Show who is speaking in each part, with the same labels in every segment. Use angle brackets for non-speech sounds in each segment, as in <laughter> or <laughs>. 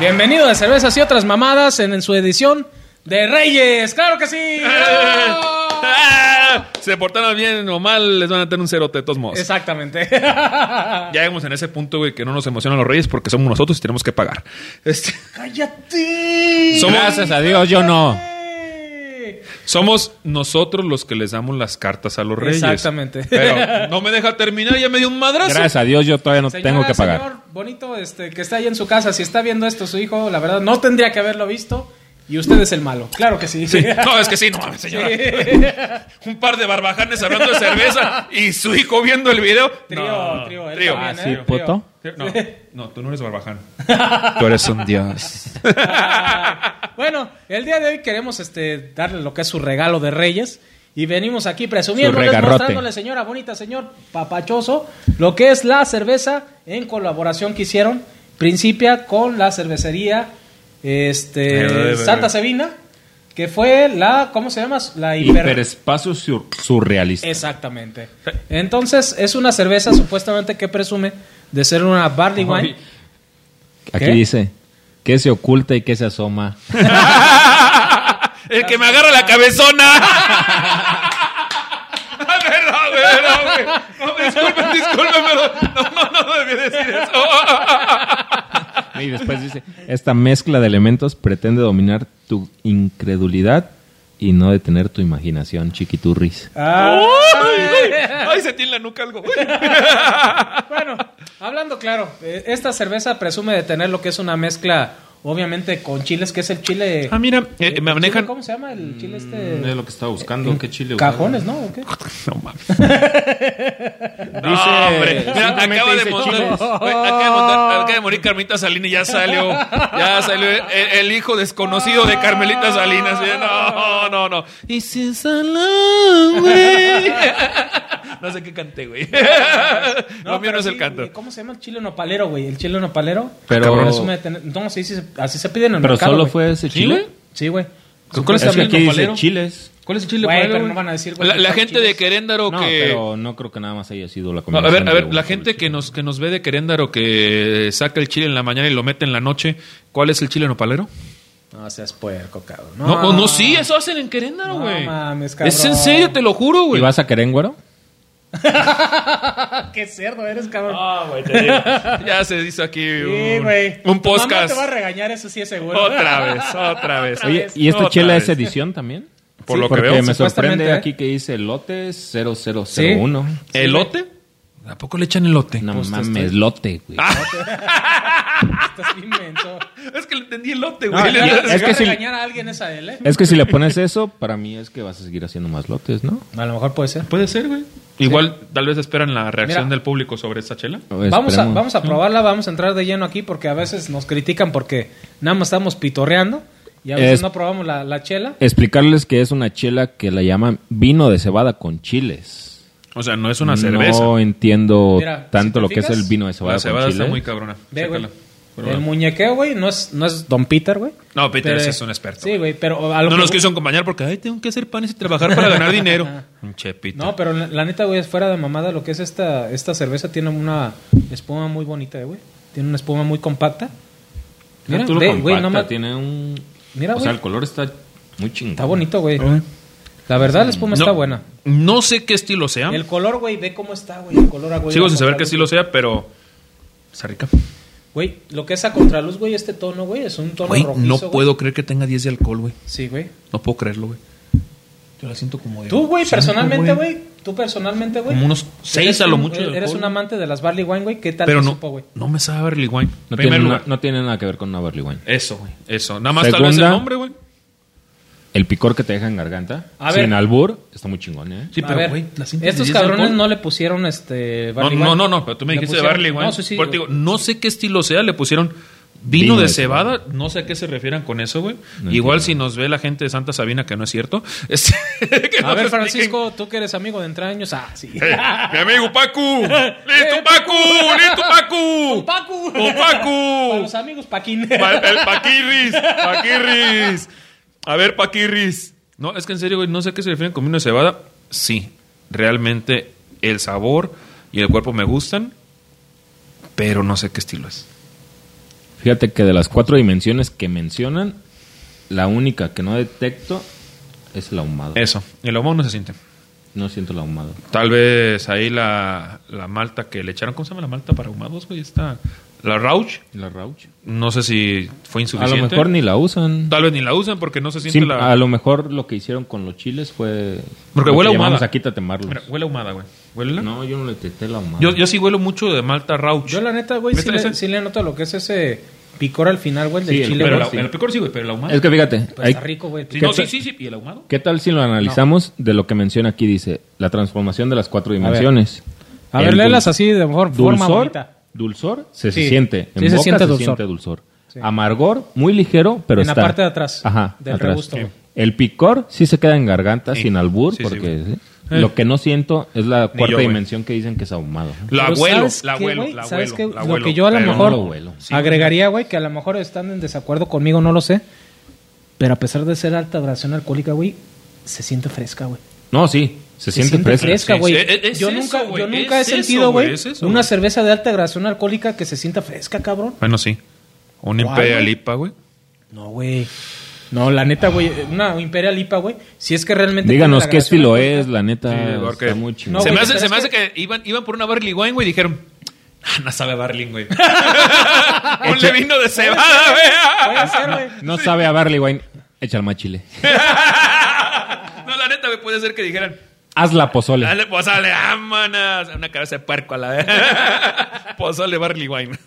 Speaker 1: Bienvenido de Cervezas y Otras Mamadas en, en su edición de Reyes. ¡Claro que
Speaker 2: <laughs>
Speaker 1: sí!
Speaker 2: Ah, Se portaron bien o mal, les van a tener un cerote de todos modos. <laughs>
Speaker 1: Exactamente.
Speaker 2: Ya llegamos en ese punto, güey, que no nos emocionan los reyes porque somos nosotros y tenemos que pagar. Este,
Speaker 1: ¡Cállate!
Speaker 2: Somos-
Speaker 3: Gracias a Dios, yo no.
Speaker 2: somos nosotros los que les damos las cartas a los reyes.
Speaker 1: Exactamente.
Speaker 2: Pero no me deja terminar, ya me dio un madrazo.
Speaker 3: Gracias a Dios, yo todavía no
Speaker 1: Señora,
Speaker 3: tengo que pagar.
Speaker 1: Señor bonito este, que está ahí en su casa, si está viendo esto su hijo, la verdad no tendría que haberlo visto y usted es el malo. Claro que sí. <laughs>
Speaker 2: Sí. No, es que sí, no mames, <laughs> señora. Un par de barbajanes hablando de cerveza y su hijo viendo el video.
Speaker 1: Trío,
Speaker 2: No,
Speaker 1: trío, él
Speaker 2: trío.
Speaker 1: también,
Speaker 3: Ah,
Speaker 1: ¿eh?
Speaker 3: sí,
Speaker 1: Trío.
Speaker 3: puto.
Speaker 2: No, no, tú no eres barbaján. Tú eres un dios.
Speaker 1: Ah, <laughs> bueno, el día de hoy queremos este, darle lo que es su regalo de Reyes. Y venimos aquí presumiéndoles,
Speaker 3: Su regarrote.
Speaker 1: mostrándole, señora bonita, señor papachoso, lo que es la cerveza en colaboración que hicieron Principia con la cervecería
Speaker 2: Eh, eh,
Speaker 1: este,
Speaker 2: eh,
Speaker 1: Santa
Speaker 2: eh.
Speaker 1: Sabina, que fue la, ¿cómo se llama? La hiper-
Speaker 3: Hiperespacio sur- surrealista.
Speaker 1: Exactamente. Entonces, es una cerveza supuestamente que presume de ser una barley wine.
Speaker 3: Aquí
Speaker 1: ¿Qué?
Speaker 3: dice que se oculta y que se asoma.
Speaker 2: El que me agarra la <laughs> cabezona. Ah, Perdón, güey, perdón, güey. No, disculpen, disculpen, perdón. No, no, no debí decir eso.
Speaker 3: Y después dice, esta mezcla de elementos pretende dominar tu incredulidad y no detener tu imaginación, chiquiturris.
Speaker 1: Ah,
Speaker 2: Ay, ay, sentí en la nuca algo. Uy.
Speaker 1: Bueno, hablando claro, eh, esta cerveza presume de tener lo que es una mezcla, obviamente, con chiles, que es el chile.
Speaker 2: Ah, mira, eh, me
Speaker 1: ¿el chile
Speaker 2: manejan.
Speaker 1: ¿Cómo se llama
Speaker 2: Mm,
Speaker 1: el chile este?
Speaker 3: Es lo que estaba buscando, qué chile
Speaker 1: Cajones, ¿no?
Speaker 2: <laughs>
Speaker 1: ¿O qué?
Speaker 2: No mames. No, hombre. Mira, acaba de, montar, güey, acaba de montar- acaba de morir Carmelita Salinas y ya salió. Ya salió el, el hijo desconocido de Carmelita Salinas. Mira, No, no, no. Y si salón, güey. No sé qué canté, güey. Lo mío
Speaker 1: pero
Speaker 2: no es el
Speaker 1: sí,
Speaker 2: canto.
Speaker 1: güey, ¿Cómo se llama el chile nopalero, güey? El chile nopalero.
Speaker 3: Pero-
Speaker 1: Cabrón, presume de tener- No, sí, sí, así se pide en el
Speaker 3: Pero
Speaker 1: mercado,
Speaker 3: solo
Speaker 1: güey.
Speaker 3: fue ese
Speaker 2: ¿Chile?
Speaker 3: chile.
Speaker 1: Sí, güey.
Speaker 3: ¿Cuál es que
Speaker 1: Supuestamente-
Speaker 3: aquí dice chiles.
Speaker 1: ¿Cuál es el chile
Speaker 4: nopalero,
Speaker 1: güey, pero
Speaker 4: güey?
Speaker 1: no van a decir, güey,
Speaker 2: La, la
Speaker 1: son
Speaker 2: gente de
Speaker 1: chiles.
Speaker 2: Queréndaro
Speaker 3: No,
Speaker 2: que.
Speaker 3: pero no creo que nada más haya sido la
Speaker 2: No, a
Speaker 3: combinación.
Speaker 2: ver, a
Speaker 3: de
Speaker 2: ver,
Speaker 3: un
Speaker 2: la
Speaker 3: solo
Speaker 2: gente
Speaker 3: chile.
Speaker 2: que nos, que nos ve de Queréndaro que saca el chile en la mañana y lo mete en la noche, ¿cuál es el chile nopalero?
Speaker 1: No seas puerco, cabrón.
Speaker 2: No, o no, sí, eso hacen en Queréndaro,
Speaker 1: No
Speaker 2: güey.
Speaker 1: mames, cabrón.
Speaker 2: es en serio, te lo juro,
Speaker 3: ¿Y
Speaker 2: güey.
Speaker 3: vas a Querénguaro?
Speaker 1: Ah, Qué cerdo eres, cabrón.
Speaker 2: Ah,
Speaker 3: <laughs>
Speaker 2: Ya se hizo aquí
Speaker 1: sí,
Speaker 2: un,
Speaker 1: güey.
Speaker 2: un
Speaker 1: Tu mamá
Speaker 2: podcast.
Speaker 1: te va a regañar, eso sí es seguro.
Speaker 2: Otra
Speaker 1: <laughs>
Speaker 2: vez, otra vez.
Speaker 3: Oye, ¿y este esta
Speaker 2: Otra
Speaker 3: chela es
Speaker 2: vez.
Speaker 3: edición <laughs> también?
Speaker 2: Por lo que
Speaker 3: porque
Speaker 2: veo,
Speaker 3: me sorprende
Speaker 1: supuestamente, ¿eh?
Speaker 3: aquí que dice lote 0001.
Speaker 2: ¿Elote? ¿A poco le echan elote?
Speaker 3: No
Speaker 1: Pues,
Speaker 3: mames,
Speaker 1: estoy- Ah.
Speaker 3: lote, güey.
Speaker 1: Estás bien menso.
Speaker 2: Es que le entendí elote, <laughs>
Speaker 3: No,
Speaker 2: güey.
Speaker 3: y-
Speaker 1: Si
Speaker 3: es
Speaker 1: va
Speaker 3: que
Speaker 1: a
Speaker 3: si-
Speaker 1: regañar a alguien es a él, ¿eh?
Speaker 3: Es que si le pones eso, para mí es que vas a seguir haciendo más lotes, ¿no?
Speaker 1: A lo mejor puede ser.
Speaker 2: Puede ser, güey. Igual, tal vez esperan la reacción
Speaker 1: Mira.
Speaker 2: del público sobre esta chela.
Speaker 1: Vamos a,
Speaker 3: Pues, Esperemos.
Speaker 1: vamos a probarla, vamos a entrar de lleno aquí porque a veces nos critican porque nada más estamos pitorreando y a veces
Speaker 3: Es-
Speaker 1: no probamos la, la chela.
Speaker 3: Explicarles que es una chela que la llaman vino de cebada con chiles.
Speaker 2: O sea, no es una cerveza.
Speaker 3: No entiendo
Speaker 1: Mira, si
Speaker 3: tanto
Speaker 1: te
Speaker 3: lo que es
Speaker 1: fijas,
Speaker 3: el vino de cebada
Speaker 2: La
Speaker 3: con
Speaker 2: cebada está
Speaker 3: chiles.
Speaker 2: muy cabrona.
Speaker 1: Ve, güey.
Speaker 2: Sácala. Pero
Speaker 1: El
Speaker 2: bueno.
Speaker 1: muñequeo, güey, no es, no es Don Peter, güey.
Speaker 2: No, Peter,
Speaker 1: Pero-
Speaker 2: ese es un experto.
Speaker 1: Sí, güey, pero a lo
Speaker 2: No
Speaker 1: que-
Speaker 2: nos quiso acompañar porque, ay, tengo que hacer panes y trabajar para ganar dinero.
Speaker 1: <laughs>
Speaker 2: Un chepito.
Speaker 1: No, pero la, la neta, güey, fuera de mamada, lo que es esta, esta cerveza tiene una espuma muy bonita, eh, güey. Tiene una espuma muy compacta. Mira,
Speaker 3: tú lo
Speaker 1: ve, güey,
Speaker 3: compacta,
Speaker 1: no me-
Speaker 3: tiene un...
Speaker 1: Mira,
Speaker 3: o sea,
Speaker 1: güey.
Speaker 3: el color está muy chingón.
Speaker 1: Está bonito, güey. La verdad, la espuma
Speaker 2: Mm. No-
Speaker 1: está buena.
Speaker 2: No sé qué estilo sea.
Speaker 1: El color, güey, ve cómo está, güey. El color, güey.
Speaker 2: Sigo sin saber qué estilo sea, pero. Está rica.
Speaker 1: Güey, lo que es a contraluz, güey, este tono, güey, es un tono
Speaker 2: Güey,
Speaker 1: rojizo.
Speaker 2: no
Speaker 1: güey.
Speaker 2: puedo creer que tenga 10 de alcohol, güey.
Speaker 1: Sí, güey.
Speaker 2: No puedo creerlo, güey. Yo la siento como de.
Speaker 1: Tú, güey,
Speaker 2: cinco,
Speaker 1: personalmente, güey. Tú personalmente, güey.
Speaker 2: Como unos seis
Speaker 1: eres
Speaker 2: a lo
Speaker 1: un-
Speaker 2: mucho de
Speaker 1: Eres
Speaker 2: alcohol.
Speaker 1: un amante de las Barley Wine, güey. ¿Qué tal
Speaker 2: Pero
Speaker 1: te
Speaker 2: no,
Speaker 1: supo, güey?
Speaker 2: no me sabe a Barley Wine.
Speaker 3: No
Speaker 2: Primer
Speaker 3: tiene,
Speaker 2: lugar.
Speaker 3: na- no tiene nada que ver con una barley wine.
Speaker 2: Eso, güey. Eso. Nada más tal vez el
Speaker 3: Segunda.
Speaker 2: nombre, güey.
Speaker 3: El picor que te deja en garganta,
Speaker 1: A ver.
Speaker 3: sin albur, está muy chingón, ¿eh?
Speaker 2: Sí,
Speaker 1: A
Speaker 2: pero,
Speaker 1: ver,
Speaker 2: güey, la sientes
Speaker 1: estos
Speaker 2: de 10 de
Speaker 1: cabrones
Speaker 2: alcohol.
Speaker 1: no le pusieron este
Speaker 2: No,
Speaker 1: Barley
Speaker 2: no,
Speaker 1: Wine.
Speaker 2: no, no, pero tú me
Speaker 1: Le
Speaker 2: dijiste
Speaker 1: pusieron-
Speaker 2: de Barley Wine.
Speaker 1: No, sí, sí,
Speaker 2: Por
Speaker 1: güey.
Speaker 2: eso te digo, no sé qué estilo sea, le pusieron vino,
Speaker 3: Vino
Speaker 2: de
Speaker 3: de
Speaker 2: cebada, no sé a qué se refieren con eso, güey.
Speaker 3: No
Speaker 2: Igual
Speaker 3: entiendo.
Speaker 2: si nos ve la gente de Santa Sabina, que no es cierto. <laughs> este, que
Speaker 1: A
Speaker 2: <laughs> nos
Speaker 1: ver,
Speaker 2: expliquen.
Speaker 1: Francisco, tú que eres amigo de entraños. Ah, sí.
Speaker 2: <laughs> Eh, Mi
Speaker 1: <laughs>
Speaker 2: amigo Pacu,
Speaker 1: Eh,
Speaker 2: listo Pacu, listo Pacu,
Speaker 1: Pacu.
Speaker 2: Con Pacu.
Speaker 1: Para los amigos, Paquín.
Speaker 2: Pa- el Paquirris, Paquirris. A ver, Paquirris. No, es que en serio, güey, no sé a qué se refieren con vino de cebada. Sí, realmente el sabor y el cuerpo me gustan, pero no sé qué estilo es.
Speaker 3: Fíjate que de las cuatro dimensiones que mencionan, la única que no detecto es el ahumado.
Speaker 2: Eso. El ahumado no se siente.
Speaker 3: No siento el ahumado.
Speaker 2: Tal vez ahí la, la malta que le echaron. ¿Cómo se llama la malta para ahumados, güey? Está. La Rauch.
Speaker 3: La rauch.
Speaker 2: No sé si fue
Speaker 3: A
Speaker 2: insuficiente.
Speaker 3: lo mejor ni la usan.
Speaker 2: Tal vez ni la usan porque no se siente
Speaker 3: Sí,
Speaker 2: la.
Speaker 3: A lo mejor lo que hicieron con los chiles fue...
Speaker 2: Porque
Speaker 3: lo que
Speaker 2: huele a
Speaker 3: llamamos
Speaker 2: ahumada.
Speaker 3: aquí tatemarlos.
Speaker 2: Mira, huele a ahumada, güey. ¿Huele?
Speaker 3: No, yo no le detecté la ahumada.
Speaker 2: Yo, yo sí huelo mucho de malta Rauch.
Speaker 1: Yo la neta, güey, sí,
Speaker 2: ¿Esta-
Speaker 1: le-
Speaker 2: esta?
Speaker 1: sí le anoto lo que es ese picor al final, güey, del
Speaker 3: Sí, el-
Speaker 1: chile.
Speaker 2: Pero
Speaker 1: güey.
Speaker 2: la-
Speaker 3: sí.
Speaker 2: el picor sí, güey, pero el ahumado.
Speaker 3: Es que fíjate,
Speaker 1: Pues
Speaker 3: hay-
Speaker 1: está rico, güey. el
Speaker 2: Sí,
Speaker 1: picor.
Speaker 2: no, sí, sí, sí. ¿Y el ahumado?
Speaker 3: ¿qué tal si lo analizamos de lo que menciona aquí? Dice, la transformación de las cuatro dimensiones.
Speaker 1: A ver,
Speaker 3: El
Speaker 1: léelas
Speaker 3: dul-
Speaker 1: así de mejor forma
Speaker 3: Dulzor,
Speaker 1: bonita.
Speaker 3: dulzor se,
Speaker 1: Sí.
Speaker 3: se siente. En
Speaker 1: Sí, se
Speaker 3: boca
Speaker 1: siente
Speaker 3: se
Speaker 1: dulzor.
Speaker 3: siente dulzor.
Speaker 1: Sí.
Speaker 3: Amargor, muy ligero, pero
Speaker 1: En la
Speaker 3: está.
Speaker 1: parte de atrás
Speaker 3: Ajá,
Speaker 1: del
Speaker 3: atrás.
Speaker 1: regusto. Sí.
Speaker 3: El picor sí se queda en garganta,
Speaker 2: Sí.
Speaker 3: sin albur,
Speaker 2: Sí, sí,
Speaker 3: porque
Speaker 2: güey.
Speaker 3: sí.
Speaker 1: Eh.
Speaker 3: lo que no siento es la cuarta
Speaker 2: yo, güey.
Speaker 3: dimensión que dicen que es ahumado.
Speaker 2: La
Speaker 1: Pero
Speaker 2: abuelo,
Speaker 1: ¿sabes
Speaker 2: la
Speaker 1: qué,
Speaker 2: abuelo,
Speaker 1: güey?
Speaker 2: la
Speaker 1: ¿Sabes
Speaker 2: abuelo.
Speaker 1: qué?
Speaker 2: la
Speaker 1: Lo
Speaker 2: abuelo,
Speaker 1: que yo a lo
Speaker 2: pero
Speaker 1: mejor
Speaker 3: no lo huelo.
Speaker 2: Sí,
Speaker 1: agregaría, güey, que a lo mejor están en desacuerdo conmigo, no lo sé. Pero a pesar de ser alta gradación alcohólica, güey, se siente fresca, güey.
Speaker 3: No, sí, se, siente, fresca.
Speaker 2: Sí,
Speaker 1: güey.
Speaker 2: sí, es- es
Speaker 1: yo
Speaker 2: eso,
Speaker 1: nunca,
Speaker 2: güey,
Speaker 1: yo nunca
Speaker 2: es
Speaker 1: he
Speaker 2: eso,
Speaker 1: sentido, güey,
Speaker 2: güey, es eso,
Speaker 1: una
Speaker 2: güey.
Speaker 1: cerveza de alta gradación alcohólica que se sienta fresca, cabrón.
Speaker 2: Bueno, sí. Un
Speaker 1: ¿Cuál,
Speaker 2: Imperial
Speaker 1: güey?
Speaker 2: IPA, güey.
Speaker 1: No, güey. No, la neta, güey, una Imperial IPA, güey. Si es que realmente
Speaker 3: Díganos
Speaker 1: tiene la
Speaker 3: qué estilo
Speaker 1: gradación
Speaker 3: es, la
Speaker 2: Sí,
Speaker 3: neta.
Speaker 2: porque-
Speaker 3: está muy chingón.
Speaker 1: No,
Speaker 2: se
Speaker 1: güey,
Speaker 2: me hace,
Speaker 1: pero
Speaker 2: se
Speaker 1: es
Speaker 2: me hace que, iban, iban por una Barley Wine, güey, y dijeron, "Ah, no sabe a Barley,
Speaker 1: <laughs>
Speaker 2: güey. Ponle vino de cebada,
Speaker 1: Puede
Speaker 2: güey. <laughs>
Speaker 1: ser, güey.
Speaker 3: No sabe a Barley Wine. Échale más chile.
Speaker 2: no, la neta, güey, puede ser que dijeran,
Speaker 3: Hazla pozole.
Speaker 2: dale, pozole, ámanas. Una cabeza de puerco a la <laughs> vez. pozole Pues, Barley Wine.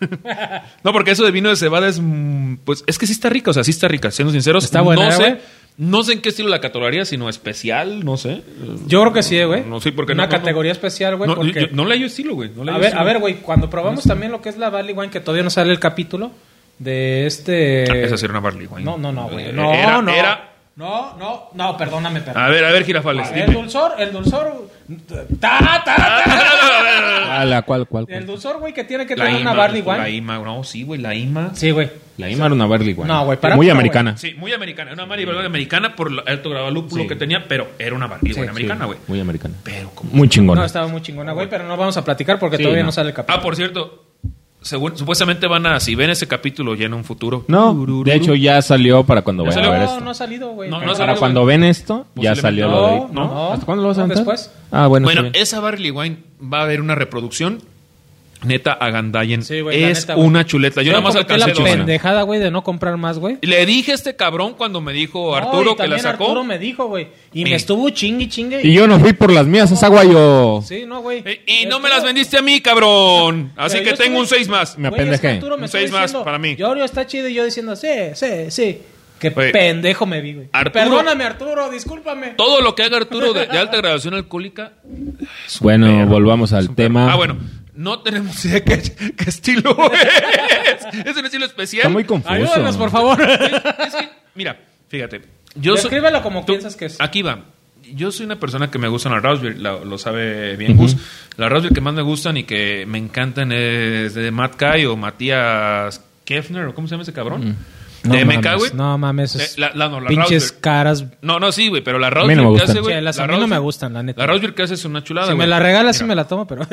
Speaker 2: no, porque eso de vino de cebada es, mm, pues, es que sí está rica, o sea, sí está rica, siendo sinceros.
Speaker 1: Está buena, ¿eh,
Speaker 2: no
Speaker 1: güey.
Speaker 2: sé, no sé en qué estilo la catalogaría, sino especial, no sé.
Speaker 1: Yo creo que sí, eh, güey.
Speaker 2: No, sí, porque
Speaker 1: Una
Speaker 2: no, no, no.
Speaker 1: categoría especial, güey,
Speaker 2: no,
Speaker 1: porque...
Speaker 2: yo- yo- no le hallo estilo, güey. no le
Speaker 1: A
Speaker 2: hallo
Speaker 1: ver,
Speaker 2: estilo.
Speaker 1: a ver, güey, cuando probamos también lo que es la Barley Wine, que todavía no sale el capítulo de
Speaker 2: Ah,
Speaker 1: este.
Speaker 2: Esa sí era una Barley Wine.
Speaker 1: No, no, no, güey.
Speaker 2: Eh,
Speaker 1: No,
Speaker 2: era-
Speaker 1: no.
Speaker 2: era- Ah,
Speaker 1: No, no, no, perdóname, perdóname.
Speaker 2: A ver, a ver,
Speaker 1: A
Speaker 2: jirafales.
Speaker 1: ver, el
Speaker 2: <laughs> dime.
Speaker 1: dulzor, el dulzor. Ta, ta,
Speaker 2: Ah,
Speaker 1: ta.
Speaker 3: A la cual, cual,
Speaker 1: El
Speaker 3: cual.
Speaker 1: dulzor, güey, que tiene que
Speaker 2: La
Speaker 1: tener
Speaker 2: IMA.
Speaker 1: una Barley
Speaker 2: La
Speaker 1: Wine.
Speaker 2: IMA. No, sí, güey, la IMA.
Speaker 1: Sí, güey.
Speaker 3: La Ima era una Barley Wine.
Speaker 1: No, güey, para
Speaker 3: Muy
Speaker 1: mucho,
Speaker 3: americana.
Speaker 2: Sí, muy americana. Era una Barley Wine americana por el alto grado de lúpulo
Speaker 3: Sí.
Speaker 2: que tenía, pero era una Barley Wine americana, güey.
Speaker 3: Muy americana.
Speaker 2: Pero como...
Speaker 3: Muy chingona.
Speaker 1: No, estaba muy chingona, güey, pero no vamos a platicar porque
Speaker 3: Sí,
Speaker 1: todavía no.
Speaker 3: no.
Speaker 1: sale el capítulo.
Speaker 2: Ah, por cierto, según, supuestamente van a... Si ven ese capítulo ya en un futuro...
Speaker 3: No, de hecho ya salió para cuando
Speaker 2: ¿Ya
Speaker 3: vayan a
Speaker 2: Ah, pues, salió?
Speaker 3: ver
Speaker 1: no,
Speaker 3: esto.
Speaker 1: no ha salido, güey.
Speaker 2: No, no
Speaker 1: Pero
Speaker 2: ha
Speaker 3: para
Speaker 2: salido,
Speaker 3: cuando ven esto, ya
Speaker 2: Posiblemente.
Speaker 3: salió lo de ahí.
Speaker 1: No, no.
Speaker 3: ¿Hasta cuándo lo vas a
Speaker 1: No,
Speaker 3: aventar?
Speaker 1: después.
Speaker 3: Ah, bueno.
Speaker 2: Bueno, eh,
Speaker 3: está bien.
Speaker 2: esa Barley Wine va a haber una reproducción. Neta, Agandayen.
Speaker 1: Sí, güey, la
Speaker 2: es
Speaker 1: neta, güey.
Speaker 2: una chuleta. Yo nada más
Speaker 1: cometí
Speaker 2: alcancé
Speaker 1: la
Speaker 2: dos.
Speaker 1: pendejada, güey, de no comprar más, güey.
Speaker 2: Le dije a este cabrón cuando me dijo
Speaker 1: No,
Speaker 2: Arturo
Speaker 1: y
Speaker 2: que la
Speaker 1: también
Speaker 2: sacó.
Speaker 1: Arturo me dijo, güey. Y
Speaker 2: Sí.
Speaker 1: me estuvo chingui, chingue.
Speaker 3: Y yo no fui por las mías, es agua yo.
Speaker 1: Sí, no, güey.
Speaker 2: Eh, Y no me las vendiste a mí, cabrón. Así
Speaker 1: Pero
Speaker 2: que
Speaker 1: yo
Speaker 2: tengo un
Speaker 1: estuve-
Speaker 2: 6 más.
Speaker 1: Güey,
Speaker 3: Me
Speaker 1: es que
Speaker 3: apendejé.
Speaker 1: Arturo me
Speaker 2: Un
Speaker 1: estuvo
Speaker 2: seis más
Speaker 1: diciendo,
Speaker 2: para mí.
Speaker 1: Yo, yo está chido y yo diciendo, sí, sí, sí. Qué
Speaker 2: Oye,
Speaker 1: pendejo me vi, güey.
Speaker 2: Arturo-
Speaker 1: Perdóname, Arturo, discúlpame.
Speaker 2: Todo lo que haga Arturo de, de alta graduación alcohólica.
Speaker 3: Bueno, volvamos al tema.
Speaker 2: Ah, bueno. No tenemos idea qué, qué
Speaker 1: <laughs>
Speaker 2: estilo es. Es un estilo especial.
Speaker 3: Está muy confuso.
Speaker 1: Ayúdanos, por
Speaker 2: <laughs>
Speaker 1: favor.
Speaker 2: Es que, mira, fíjate. Yo soy-
Speaker 1: Escríbelo como
Speaker 2: tú-
Speaker 1: piensas que es.
Speaker 2: Aquí va. Yo soy una persona que me gustan las raspberry, la- lo sabe bien Gus. Las raspberry que más me gustan y que me encantan es de Matt Kai o Matías Kefner, o ¿cómo se llama ese cabrón?
Speaker 3: Mm.
Speaker 2: de MK, ¿Eh, güey.
Speaker 1: No mames.
Speaker 2: Eh, la- la- no, la
Speaker 1: pinches
Speaker 2: Raspberry.
Speaker 1: caras.
Speaker 2: No, no, sí, güey, pero la
Speaker 3: mí
Speaker 2: Raspberry
Speaker 3: no me
Speaker 2: que
Speaker 3: gustan.
Speaker 2: hace, güey.
Speaker 1: Sí, las
Speaker 2: la
Speaker 1: a mí no
Speaker 2: Raspberry-
Speaker 1: me gustan, la neta.
Speaker 2: La Raspberry que hace es una chulada,
Speaker 1: Si me
Speaker 2: güey.
Speaker 1: la regalas, sí me
Speaker 2: Mira,
Speaker 1: la tomo, pero.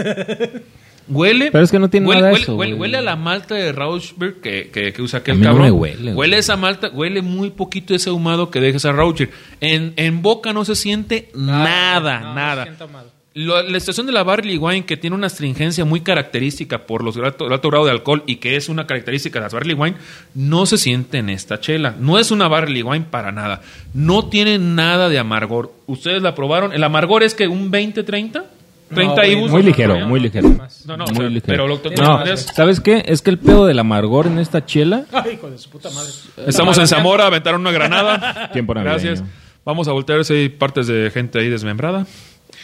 Speaker 2: Huele.
Speaker 3: Pero es que no tiene
Speaker 2: huele,
Speaker 3: nada de
Speaker 2: huele-
Speaker 3: eso,
Speaker 2: Huele,
Speaker 3: güey.
Speaker 2: huele a la malta de Rausberg que, que, que usa aquel
Speaker 3: A mí no
Speaker 2: cabrón.
Speaker 3: me huele, güey.
Speaker 2: Huele esa malta, huele muy poquito ese ahumado que deja esa Rausberg. En, en boca no se siente <laughs> nada,
Speaker 1: No, no
Speaker 2: nada.
Speaker 1: siento mal.
Speaker 2: Lo- la estación de la Barley Wine, que tiene una astringencia muy característica por los grato- el alto grado de alcohol y que es una característica de las Barley Wine, no se siente en esta chela. No es una Barley Wine para nada. No tiene nada de amargor. ¿Ustedes la probaron? ¿El amargor es que un 20, 30? 30
Speaker 1: güey,
Speaker 2: IBUs.
Speaker 3: Muy
Speaker 1: No,
Speaker 3: ligero,
Speaker 1: no, no,
Speaker 3: muy
Speaker 1: no,
Speaker 3: ligero.
Speaker 1: más.
Speaker 2: No, no,
Speaker 3: Muy
Speaker 2: o sea,
Speaker 3: ligero.
Speaker 2: pero lo que-
Speaker 3: No,
Speaker 2: es-
Speaker 3: ¿sabes qué? Es que el pedo del amargor en esta chela.
Speaker 1: Ay, hijo de su puta madre.
Speaker 2: Estamos en Zamora, aventaron una granada.
Speaker 3: <laughs> Tiempo navideño.
Speaker 2: Gracias. Vamos a voltear si hay partes de gente ahí desmembrada.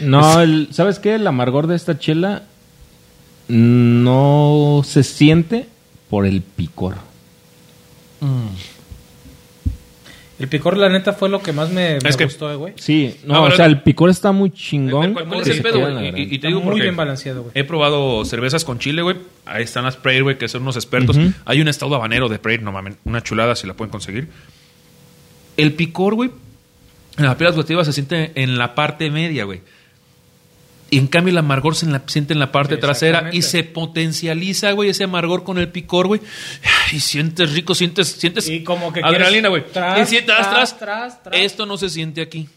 Speaker 3: No, el- ¿sabes qué? El amargor de esta chela no se siente por el picor.
Speaker 1: El picor, la neta, fue lo que más me, me
Speaker 2: Es que-
Speaker 1: gustó, eh, güey.
Speaker 3: Sí, no,
Speaker 2: Ah,
Speaker 3: o
Speaker 2: pero-
Speaker 3: sea, el picor está muy chingón.
Speaker 2: ¿Cuál es
Speaker 3: que
Speaker 2: el
Speaker 3: se
Speaker 2: pedo,
Speaker 3: queda en la
Speaker 2: güey? Y-
Speaker 3: garganta.
Speaker 2: y te
Speaker 1: Está
Speaker 2: digo
Speaker 1: muy
Speaker 2: porque
Speaker 1: bien balanceado, güey.
Speaker 2: He probado cervezas con chile, güey. Ahí están las Prayer, güey, que son unos expertos.
Speaker 3: Ujú.
Speaker 2: Hay un estado habanero de Prayer, no mames, una chulada si la pueden conseguir. El picor, güey, en las piedras gustativas se siente en la parte media, güey. Y en cambio el amargor se en la, siente en la parte trasera y se potencializa, güey, ese amargor con el picor, güey. Y sientes rico, sientes, sientes
Speaker 1: Y como que
Speaker 2: adrenalina, güey.
Speaker 1: quieres tras,
Speaker 2: Y sientes tras,
Speaker 1: tras,
Speaker 2: tras,
Speaker 1: tras, tras.
Speaker 2: Esto no se siente aquí.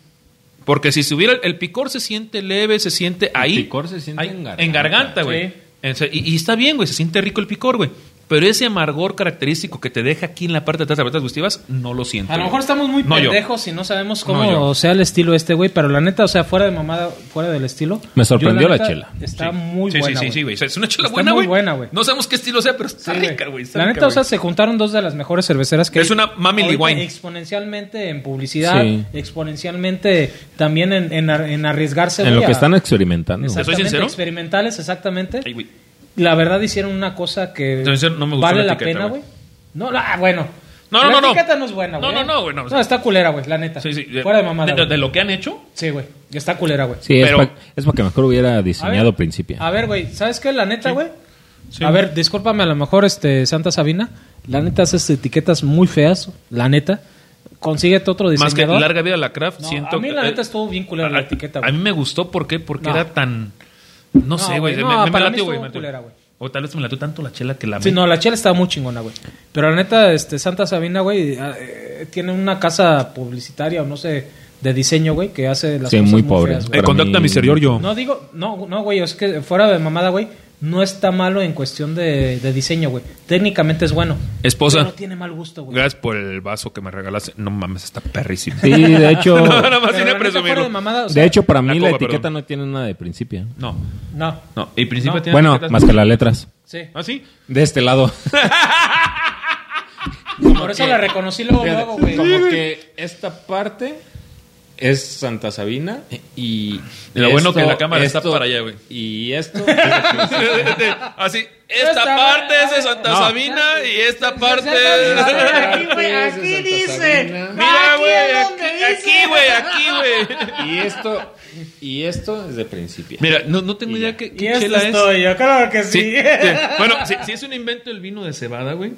Speaker 2: Porque si subiera el, el picor se siente leve, se siente ahí.
Speaker 3: picor se siente
Speaker 2: ahí,
Speaker 3: en garganta.
Speaker 2: güey.
Speaker 1: Sí.
Speaker 2: En se- Y, y está bien, güey, se siente rico el picor, güey. Pero ese amargor característico que te deja aquí en la parte de atrás de las patas gustativas, no lo siento.
Speaker 1: A lo
Speaker 2: güey.
Speaker 1: mejor estamos muy
Speaker 2: No yo.
Speaker 1: pendejos y no sabemos
Speaker 2: No
Speaker 1: cómo
Speaker 2: yo.
Speaker 1: sea el estilo este, güey. Pero la neta, o sea, fuera de mamada, fuera del estilo.
Speaker 3: Me sorprendió
Speaker 1: yo,
Speaker 3: la
Speaker 1: neta,
Speaker 3: chela.
Speaker 1: Está
Speaker 2: Sí.
Speaker 1: muy
Speaker 2: sí,
Speaker 1: buena.
Speaker 2: Sí, sí, sí, güey. O sea, es una chela
Speaker 1: Está
Speaker 2: buena,
Speaker 1: muy
Speaker 2: güey.
Speaker 1: buena, güey.
Speaker 2: No sabemos qué estilo sea, pero está
Speaker 1: Sí, güey.
Speaker 2: rica, güey. está
Speaker 1: La
Speaker 2: rica,
Speaker 1: neta, o sea,
Speaker 2: güey.
Speaker 1: se juntaron dos de las mejores cerveceras que
Speaker 2: Es una mami
Speaker 1: ahorita
Speaker 2: Liguain.
Speaker 1: Exponencialmente en publicidad,
Speaker 3: Sí.
Speaker 1: exponencialmente también en, en ar- en arriesgarse.
Speaker 3: En
Speaker 1: güey,
Speaker 3: lo que
Speaker 1: a-
Speaker 3: están experimentando.
Speaker 2: Exacto.
Speaker 1: Exactamente,
Speaker 2: ¿Soy sincero?
Speaker 1: Experimentales, exactamente.
Speaker 2: Ay, güey.
Speaker 1: La verdad hicieron una cosa que
Speaker 2: Te voy a decir, no me gustó
Speaker 1: vale
Speaker 2: la
Speaker 1: la,
Speaker 2: etiqueta,
Speaker 1: pena,
Speaker 2: güey.
Speaker 1: güey. No, la- ah, bueno.
Speaker 2: No, no,
Speaker 1: la
Speaker 2: no, no.
Speaker 1: etiqueta no es buena,
Speaker 2: No,
Speaker 1: güey.
Speaker 2: no, no, güey, no.
Speaker 1: No, está culera, güey, la neta.
Speaker 2: Sí, sí.
Speaker 1: Fuera de mamada.
Speaker 2: De,
Speaker 1: güey.
Speaker 2: de lo que han hecho.
Speaker 1: Sí, güey. Está culera, güey.
Speaker 3: Sí, es
Speaker 2: Pero- Ah,
Speaker 3: pa- es para que mejor hubiera
Speaker 1: A ver,
Speaker 3: diseñado principio.
Speaker 1: A ver, güey, ¿sabes qué? La neta, güey.
Speaker 2: Sí.
Speaker 1: A ver, discúlpame, a lo mejor, este, Santa Sabina. La neta, haces etiquetas muy feas, la neta. Consíguete otro
Speaker 2: Más que
Speaker 1: diseñador.
Speaker 2: larga vida a la craft,
Speaker 1: No,
Speaker 2: siento
Speaker 1: a mí
Speaker 2: que-
Speaker 1: la
Speaker 2: eh,
Speaker 1: neta estuvo bien culera la etiqueta,
Speaker 2: A
Speaker 1: güey.
Speaker 2: mí me gustó, ¿por qué? Porque
Speaker 1: No.
Speaker 2: era tan. No,
Speaker 1: No,
Speaker 2: sé,
Speaker 1: güey,
Speaker 2: güey. me-
Speaker 1: no,
Speaker 2: me, me
Speaker 1: para mí
Speaker 2: latió, güey.
Speaker 1: estuvo
Speaker 2: me latió.
Speaker 1: culera, güey.
Speaker 2: O tal vez me latió tanto la chela que la.
Speaker 1: Sí, no, la chela estaba muy chingona, güey. Pero la neta, este, Santa Sabina, güey, eh, eh, tiene una casa publicitaria o no sé, de diseño, güey, que hace las
Speaker 3: Sí,
Speaker 1: cosas
Speaker 3: muy pobre.
Speaker 1: feas, güey.
Speaker 2: Eh,
Speaker 3: Para
Speaker 2: contacta a
Speaker 3: mí-
Speaker 2: Mr. Giorgio.
Speaker 1: No digo, no, no, güey, es que fuera de mamada, güey, no está malo en cuestión de, de diseño, güey. Técnicamente es bueno.
Speaker 2: Esposa.
Speaker 1: Pero no tiene mal gusto, güey.
Speaker 2: Gracias por el vaso que me regalaste. No mames, está perrísimo.
Speaker 3: Sí,
Speaker 2: <laughs>
Speaker 3: de hecho,
Speaker 2: no,
Speaker 1: Pero la
Speaker 2: nada más sin
Speaker 1: neta, fuera de
Speaker 2: presumirlo.
Speaker 1: mamada, o sea,
Speaker 3: de hecho para mí
Speaker 2: La
Speaker 3: la,
Speaker 2: copa,
Speaker 3: etiqueta
Speaker 2: perdón.
Speaker 3: no tiene nada de principio.
Speaker 2: No,
Speaker 1: no,
Speaker 2: no. Y principio
Speaker 1: No.
Speaker 2: tiene
Speaker 3: Bueno,
Speaker 2: etiquetas-
Speaker 3: más que las letras.
Speaker 1: sí.
Speaker 2: ¿Ah, sí? <laughs>
Speaker 3: De este lado.
Speaker 1: Por eso la reconocí luego, luego, güey.
Speaker 3: Como que esta parte es Santa Sabina y...
Speaker 2: Lo bueno que la cámara está para allá, güey.
Speaker 3: Y <laughs> esto...
Speaker 2: Eh, Así, esta,
Speaker 1: Esta
Speaker 2: parte es de Santa
Speaker 3: No.
Speaker 2: Sabina y esta parte.
Speaker 1: Aquí, <laughs>
Speaker 3: güey, aquí dice.
Speaker 2: <laughs> Mira, güey, aquí, aquí, güey, aquí, güey.
Speaker 3: Y esto... Y esto desde principio.
Speaker 2: Mira, no, no tengo
Speaker 3: Y
Speaker 2: idea
Speaker 3: ya.
Speaker 2: qué, qué
Speaker 1: Y esto
Speaker 2: chela es.
Speaker 1: estoy yo, claro que
Speaker 2: Sí,
Speaker 1: sí. <laughs>
Speaker 2: sí. Bueno, si, si es un invento el vino de cebada, güey.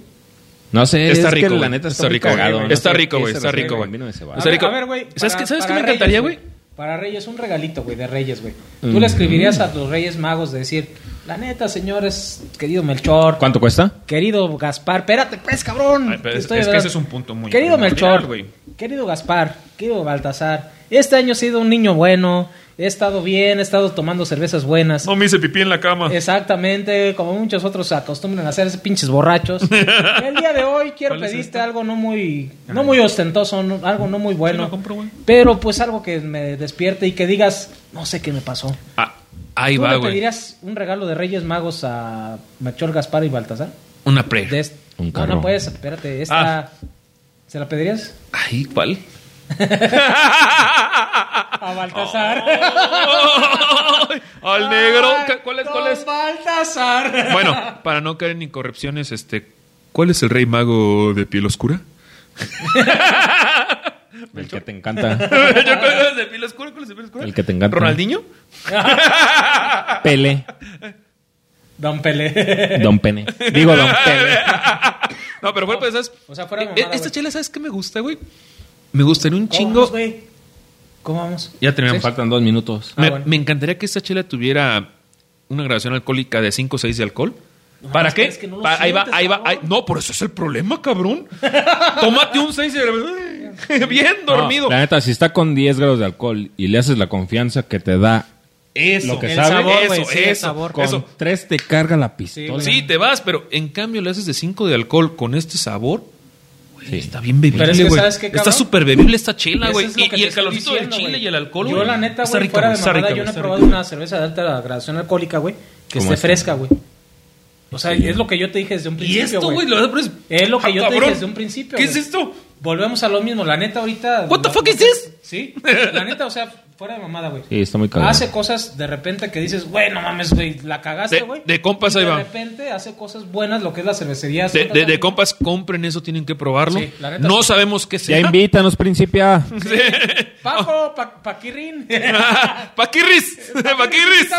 Speaker 3: No sé,
Speaker 2: Está
Speaker 3: es
Speaker 2: rico,
Speaker 3: que
Speaker 2: güey.
Speaker 3: la neta
Speaker 2: Está
Speaker 3: está, muy
Speaker 2: rico, güey.
Speaker 3: cagado, no
Speaker 2: Está
Speaker 3: sé
Speaker 2: rico,
Speaker 3: qué
Speaker 2: güey,
Speaker 3: se
Speaker 2: está
Speaker 3: refiere
Speaker 2: rico,
Speaker 3: con
Speaker 2: güey.
Speaker 3: vino de cebada.
Speaker 2: O sea, rico. ¿Sabes
Speaker 1: para-
Speaker 2: qué- sabes qué
Speaker 1: para
Speaker 2: me encantaría, güey? Mm.
Speaker 1: Para Reyes, un regalito, güey, de Reyes, güey. Tú le escribirías a los Reyes Magos de decir, la neta, señores, querido Melchor,
Speaker 3: ¿Cuánto cuesta?
Speaker 1: querido Gaspar, espérate, pues, cabrón.
Speaker 2: Ay, pero
Speaker 1: te
Speaker 2: es-
Speaker 1: estoy
Speaker 2: es que
Speaker 1: hablando.
Speaker 2: ese es un punto muy
Speaker 1: Querido
Speaker 2: primordial,
Speaker 1: Melchor,
Speaker 2: güey.
Speaker 1: querido Gaspar, querido Baltasar, este año he sido un niño bueno, he estado bien, he estado tomando cervezas buenas.
Speaker 2: No me hice pipí en la cama.
Speaker 1: Exactamente, como muchos otros se acostumbran a hacerse pinches
Speaker 2: <laughs>
Speaker 1: borrachos. El día de hoy quiero
Speaker 2: ¿Cuál es
Speaker 1: pedirte
Speaker 2: esta?
Speaker 1: algo no muy no muy ostentoso, no- algo no muy
Speaker 2: Sí,
Speaker 1: bueno,
Speaker 2: la compro, güey.
Speaker 1: pero pues algo que me despierte y que digas, no sé qué me pasó.
Speaker 2: Ah, ahí
Speaker 1: ¿Tú
Speaker 2: va,
Speaker 1: le
Speaker 2: güey.
Speaker 1: pedirías un regalo de Reyes Magos a Melchor Gaspar y Baltasar?
Speaker 2: Una
Speaker 1: De
Speaker 2: pre.
Speaker 1: est-
Speaker 3: Un
Speaker 1: no, no
Speaker 3: carro.
Speaker 1: puedes, espérate, esta
Speaker 2: Ah.
Speaker 1: ¿se la pedirías?
Speaker 2: Ay, ¿cuál?
Speaker 1: <laughs>
Speaker 2: <laughs>
Speaker 1: A Baltasar.
Speaker 2: Ay, Oh, Al negro. ¿Qué- ¿Cuál es? ¿Cuál es?
Speaker 1: Baltasar.
Speaker 2: Bueno, para no caer en incorrupciones, este, ¿cuál es el rey mago de piel oscura?
Speaker 3: El que te
Speaker 2: <laughs>
Speaker 3: encanta. <laughs>
Speaker 2: Yo, ¿Cuál es de piel oscura? ¿Cuál es de piel oscura?
Speaker 3: El que te encanta.
Speaker 2: ¿Ronaldinho?
Speaker 3: Pele.
Speaker 1: Don Pelé.
Speaker 3: Don Pene. Digo Don Pele.
Speaker 2: <laughs> no, pero fuera, pues, ¿sabes?
Speaker 1: O sea, fuera de
Speaker 2: Eh,
Speaker 1: mamada,
Speaker 2: Esta
Speaker 1: güey.
Speaker 2: chela, ¿sabes qué me gusta, güey? Me gustaría un
Speaker 1: Chingo,
Speaker 2: chingo.
Speaker 1: güey. ¿Cómo vamos?
Speaker 2: Ya terminamos.
Speaker 3: Faltan dos minutos.
Speaker 1: Ah,
Speaker 2: me,
Speaker 1: bueno.
Speaker 2: me encantaría que esta chela tuviera una grabación alcohólica de 5 o 6 de alcohol. ¿Para
Speaker 1: es
Speaker 2: qué?
Speaker 1: que- es que no lo
Speaker 2: Pa- ahí va,
Speaker 1: sientes,
Speaker 2: ahí va.
Speaker 1: cabrón.
Speaker 2: ahí- no, por eso es el problema, cabrón. Tómate un 6 de... Bien dormido.
Speaker 3: No, la neta, si está con 10 grados de alcohol y le haces la confianza que te da,
Speaker 2: Eso,
Speaker 3: Lo que
Speaker 2: el
Speaker 3: sabe.
Speaker 2: sabor,
Speaker 1: Eso,
Speaker 2: güey,
Speaker 1: eso,
Speaker 2: sí, el
Speaker 1: eso.
Speaker 2: sabor.
Speaker 3: con
Speaker 2: Eso.
Speaker 3: 3 te carga la pistola.
Speaker 2: Sí, te vas, pero en cambio le haces de 5 de alcohol con este sabor. güey,
Speaker 3: Sí.
Speaker 2: Está bien bebible,
Speaker 1: Pero es que
Speaker 2: güey.
Speaker 1: ¿sabes qué,
Speaker 2: Está
Speaker 1: cabrón?
Speaker 2: súper bebible esta chela,
Speaker 1: Eso
Speaker 2: güey.
Speaker 1: es lo
Speaker 2: Y,
Speaker 1: que
Speaker 2: y
Speaker 1: te
Speaker 2: el
Speaker 1: estoy
Speaker 2: calorcito del
Speaker 1: diciendo,
Speaker 2: chile
Speaker 1: güey.
Speaker 2: y el alcohol,
Speaker 1: Yo,
Speaker 2: güey.
Speaker 1: la neta,
Speaker 2: Está
Speaker 1: güey,
Speaker 2: rica,
Speaker 1: fuera
Speaker 2: güey,
Speaker 1: de
Speaker 2: está
Speaker 1: mamada,
Speaker 2: rica,
Speaker 1: yo
Speaker 2: güey,
Speaker 1: no he
Speaker 2: está
Speaker 1: probado
Speaker 2: rica.
Speaker 1: una cerveza de alta graduación alcohólica, güey, que esté
Speaker 3: ¿Cómo está?
Speaker 1: fresca, güey. O sea, es lo que yo te dije desde un
Speaker 2: Y
Speaker 1: principio,
Speaker 2: esto, güey, lo verdad, pero ¡Ah,
Speaker 1: Es lo que yo te dije
Speaker 2: cabrón.
Speaker 1: desde un principio,
Speaker 2: ¿Qué
Speaker 1: güey.
Speaker 2: es esto?
Speaker 1: Volvemos a lo mismo, la neta ahorita...
Speaker 2: What the
Speaker 1: no-
Speaker 2: fuck is this?
Speaker 1: Sí, la neta, o sea, fuera de mamada, güey.
Speaker 3: Sí, está muy cagado.
Speaker 1: Hace cosas de repente que dices, güey, no mames, güey, la cagaste,
Speaker 2: De-
Speaker 1: güey.
Speaker 2: de compas
Speaker 1: Y
Speaker 2: ahí va.
Speaker 1: De repente hace cosas buenas lo que es la cervecería.
Speaker 2: De,
Speaker 1: Santa
Speaker 2: de- de
Speaker 1: Sabina.
Speaker 2: compas, compren eso, tienen que probarlo.
Speaker 1: Sí, la neta,
Speaker 2: no
Speaker 1: sí.
Speaker 2: sabemos qué
Speaker 3: Ya
Speaker 2: sea.
Speaker 3: invítanos, principia.
Speaker 2: Ah.
Speaker 1: Paco, pa Paquirrin.
Speaker 2: <laughs>
Speaker 1: <laughs>
Speaker 2: ¡Paquirris! <laughs> ¡Paquirris!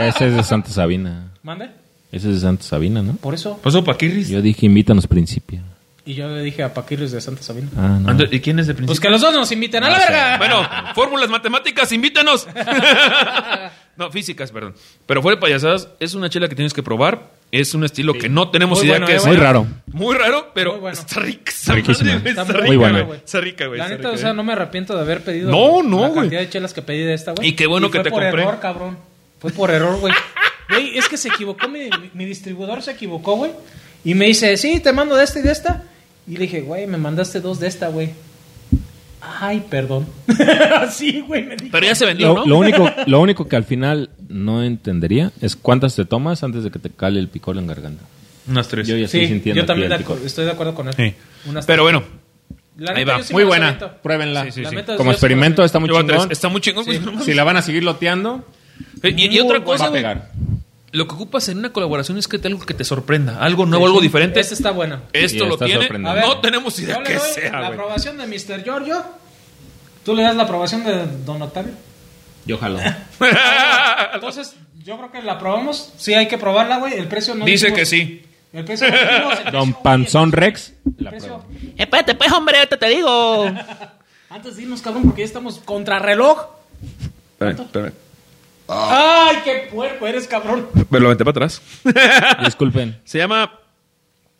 Speaker 3: Ese es de Santa Sabina.
Speaker 1: ¿Mande?
Speaker 3: Ese es de Santa Sabina, ¿no?
Speaker 1: Por eso.
Speaker 2: ¿Pasó Paquirris?
Speaker 3: Yo dije, invítanos, principia.
Speaker 1: Y yo le dije a Paquirris de Santa Sabina.
Speaker 3: Ah, no.
Speaker 2: Ando- ¿Y quién es de
Speaker 1: Pues
Speaker 2: principio?
Speaker 1: que los dos nos inviten a la verga. <laughs>
Speaker 2: Bueno, fórmulas matemáticas, invítanos. No, físicas, perdón. Pero fuera de payasadas, es una chela que tienes que probar. Es un estilo que no tenemos
Speaker 1: Muy
Speaker 2: idea
Speaker 1: bueno,
Speaker 2: que
Speaker 1: eh,
Speaker 2: es.
Speaker 1: güey.
Speaker 3: Muy raro.
Speaker 2: Muy raro, pero
Speaker 1: Muy bueno.
Speaker 2: está rica. esa
Speaker 3: Riquísima.
Speaker 2: madre, güey,
Speaker 1: Está
Speaker 2: Está
Speaker 1: muy
Speaker 2: rica,
Speaker 3: buena,
Speaker 2: güey.
Speaker 1: güey.
Speaker 2: Está rica, güey.
Speaker 1: La
Speaker 2: está
Speaker 1: neta,
Speaker 2: rica, eh.
Speaker 1: o sea,
Speaker 2: güey.
Speaker 1: no me arrepiento de haber pedido
Speaker 2: No, no,
Speaker 1: la
Speaker 2: güey.
Speaker 1: cantidad de chelas que pedí de esta, güey.
Speaker 2: Y qué bueno que te compré.
Speaker 1: Fue por error, cabrón. Fue por error, güey. <laughs> Güey, es que se equivocó, mi, mi- mi distribuidor se equivocó, güey. Y me dice, sí, te mando de esta y de esta. Y le dije, güey, me mandaste dos de esta, güey. Ay, perdón. <laughs> Así, güey, me dijo.
Speaker 2: Pero ya se vendió,
Speaker 3: Lo,
Speaker 2: ¿no?
Speaker 3: lo único, lo único que al final no entendería es cuántas te tomas antes de que te cale el picor en garganta.
Speaker 2: Unas tres.
Speaker 3: Yo ya estoy
Speaker 1: Sí,
Speaker 3: sintiendo
Speaker 1: yo
Speaker 3: aquí
Speaker 1: también
Speaker 3: el
Speaker 1: de acu-
Speaker 3: picor.
Speaker 1: estoy de acuerdo con él.
Speaker 2: Sí.
Speaker 1: Unas-
Speaker 2: Pero bueno,
Speaker 1: La
Speaker 2: ahí
Speaker 1: neta,
Speaker 2: va.
Speaker 1: yo sí me
Speaker 3: Muy
Speaker 1: las
Speaker 3: buena,
Speaker 1: aviento.
Speaker 3: pruébenla.
Speaker 2: Sí, sí,
Speaker 1: La
Speaker 2: sí.
Speaker 1: neta, yo sí me
Speaker 3: Como
Speaker 1: las
Speaker 3: experimento
Speaker 1: aviento.
Speaker 3: está muy
Speaker 2: Yo voy a
Speaker 3: chingón.
Speaker 2: tres. Está muy chingón. pues, no mames.
Speaker 3: Si la van a seguir loteando,
Speaker 2: Y, y- y otra cosa,
Speaker 3: va a
Speaker 2: güey,
Speaker 3: pegar.
Speaker 2: lo que ocupas en una colaboración es que te algo que te sorprenda, algo nuevo, algo diferente.
Speaker 1: Esta está buena.
Speaker 3: Sí,
Speaker 2: Esto lo
Speaker 3: está
Speaker 2: tiene.
Speaker 3: sorprendente.
Speaker 1: A ver,
Speaker 2: No tenemos idea
Speaker 1: yo le
Speaker 2: que
Speaker 1: doy
Speaker 2: sea,
Speaker 1: La
Speaker 2: güey.
Speaker 1: aprobación de Mr. Giorgio. ¿Tú le das la aprobación de Don Octavio?
Speaker 2: <laughs>
Speaker 3: Yo jalo.
Speaker 1: Entonces, yo creo que la probamos. Sí, hay que probarla, güey. El precio no
Speaker 2: Dice
Speaker 1: dijimos-
Speaker 2: que sí.
Speaker 1: El precio no
Speaker 3: <laughs>
Speaker 1: dijimos, el precio,
Speaker 3: Don
Speaker 1: oye,
Speaker 3: Panzón Rex.
Speaker 1: el
Speaker 3: La
Speaker 1: precio.
Speaker 3: prueba.
Speaker 4: Espérate, pues, hombre, ahorita te digo.
Speaker 1: Antes dinos, cabrón, porque ya estamos contrarreloj. ¡Ay, qué puerco eres, cabrón!
Speaker 2: Pero lo vente para atrás. <laughs>
Speaker 3: Disculpen.
Speaker 2: <laughs> Se llama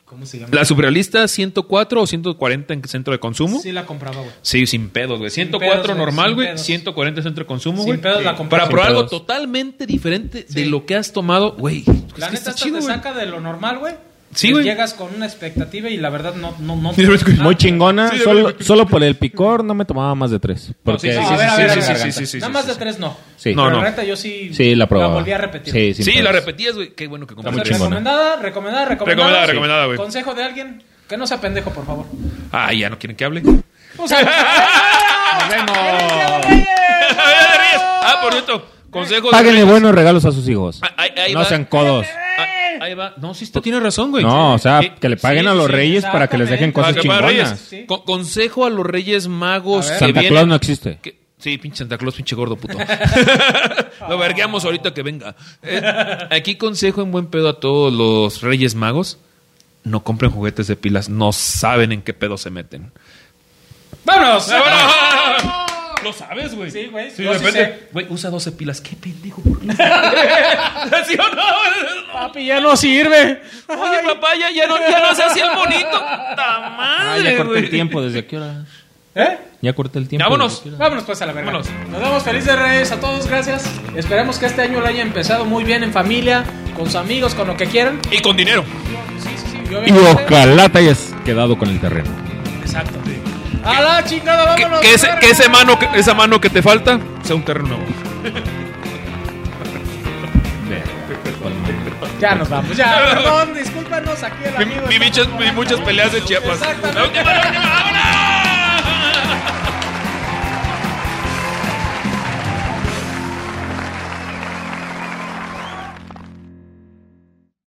Speaker 1: ¿Cómo se llama?
Speaker 2: La Surrealista 104 o 140 en centro de consumo.
Speaker 1: Sí, la compraba, güey.
Speaker 2: Sí, sin pedos, güey.
Speaker 1: Sin
Speaker 2: 104
Speaker 1: pedos, güey,
Speaker 2: normal,
Speaker 1: sin
Speaker 2: güey.
Speaker 1: pedos.
Speaker 2: 140 centro de consumo,
Speaker 1: Sin
Speaker 2: güey.
Speaker 1: pedos la compré.
Speaker 2: Para
Speaker 1: Sin
Speaker 2: probar algo
Speaker 3: pedos.
Speaker 2: totalmente diferente
Speaker 1: Sí.
Speaker 2: de lo que has tomado, güey. Es que
Speaker 1: La neta,
Speaker 2: está
Speaker 1: esto
Speaker 2: chido,
Speaker 1: te
Speaker 2: güey.
Speaker 1: saca de lo normal, güey.
Speaker 2: Sí,
Speaker 1: Y
Speaker 2: güey.
Speaker 1: Llegas con una expectativa y la verdad no... no,
Speaker 2: <laughs>
Speaker 1: no
Speaker 3: Muy chingona.
Speaker 2: Ah, Sí,
Speaker 3: solo, solo por el picor no me tomaba más de tres. Porque
Speaker 2: sí,
Speaker 1: No,
Speaker 2: sí,
Speaker 1: a ver, a
Speaker 2: sí,
Speaker 1: ver, a
Speaker 2: sí,
Speaker 1: ver.
Speaker 2: sí, sí, sí, sí,
Speaker 1: Nada
Speaker 2: sí,
Speaker 1: más
Speaker 2: sí,
Speaker 1: de
Speaker 2: sí.
Speaker 1: tres no.
Speaker 3: Sí.
Speaker 2: No,
Speaker 1: Pero
Speaker 2: no.
Speaker 1: La neta, yo sí...
Speaker 3: Sí, la probaba.
Speaker 1: La volví a repetir.
Speaker 3: Sí, sin
Speaker 2: Sí, la
Speaker 3: pedos.
Speaker 2: repetías, güey. Qué bueno que
Speaker 1: O
Speaker 3: muy
Speaker 1: sea,
Speaker 2: compraste.
Speaker 3: chingona.
Speaker 1: recomendada, recomendada, recomendada.
Speaker 2: Recomendada,
Speaker 1: Sí.
Speaker 2: recomendada, güey.
Speaker 1: Consejo de alguien. Que no sea pendejo, por
Speaker 2: <laughs>
Speaker 1: favor.
Speaker 2: Ah, ya no quieren que hable. <laughs>
Speaker 1: O sea, <laughs>
Speaker 3: Nos vemos.
Speaker 2: ah, por cierto, consejos. de
Speaker 3: Páguenle
Speaker 2: Reyes.
Speaker 3: buenos regalos a sus hijos.
Speaker 2: Ah, ahí- ahí
Speaker 3: no
Speaker 2: va.
Speaker 3: sean codos.
Speaker 2: Ah, ahí va. No, sí, esto tiene razón, güey.
Speaker 3: No, o sea,
Speaker 2: Sí,
Speaker 3: que le paguen
Speaker 2: sí,
Speaker 3: a los
Speaker 2: sí.
Speaker 3: reyes para que les dejen
Speaker 1: exactamente.
Speaker 3: cosas
Speaker 2: Para que paguen
Speaker 3: chingonas.
Speaker 2: reyes. Con- consejo a los reyes magos.
Speaker 1: A ver.
Speaker 2: que
Speaker 3: Santa
Speaker 2: vienen-
Speaker 3: Claus no existe.
Speaker 2: que- Sí, pinche Santa Claus, pinche gordo <laughs> puto. Lo vergueamos ahorita que venga. Eh, aquí consejo en buen pedo a todos los reyes magos. No compren juguetes de pilas, no saben en qué pedo se meten. <laughs>
Speaker 1: ¡Vámonos!
Speaker 2: Lo sabes, güey.
Speaker 1: Sí, güey.
Speaker 2: Sí,
Speaker 1: Yo
Speaker 2: de
Speaker 1: sí
Speaker 2: repente.
Speaker 1: sé.
Speaker 2: Güey, usa 12 pilas. Qué pendejo, ¿por qué? ¿Sí o no?
Speaker 1: Papi, ya no sirve.
Speaker 2: Oye, papá, ya, ya no, ya no se hacía el bonito. ¡Ta
Speaker 3: Ah,
Speaker 2: madre,
Speaker 3: ya corté
Speaker 2: güey!
Speaker 3: el tiempo. ¿Desde qué hora?
Speaker 1: ¿Eh?
Speaker 3: Ya corté el tiempo.
Speaker 2: Ya, vámonos.
Speaker 3: ¿desde qué hora?
Speaker 1: Vámonos pues a la verga.
Speaker 2: Vámonos.
Speaker 1: Nos damos felices reyes a todos, gracias. Esperemos que este año lo haya empezado muy bien en familia, con sus amigos, con lo que quieran.
Speaker 2: Y con dinero.
Speaker 1: Sí, sí, sí.
Speaker 3: Y ojalá te hayas quedado con el terreno.
Speaker 1: Exacto. A la chingada,
Speaker 2: Que,
Speaker 1: vámonos.
Speaker 2: que ese-
Speaker 1: verga.
Speaker 2: que ese mano, que- esa mano que te falta sea un terreno nuevo.
Speaker 1: Ya nos vamos, ya. Perdón, discúlpanos aquí el
Speaker 2: Vi,
Speaker 1: amigo.
Speaker 2: vi
Speaker 1: está
Speaker 2: muchas,
Speaker 1: muy
Speaker 2: vi muchas
Speaker 1: borracho.
Speaker 2: peleas en Chiapas.
Speaker 1: Exactamente.
Speaker 2: La última, la última, vámonos.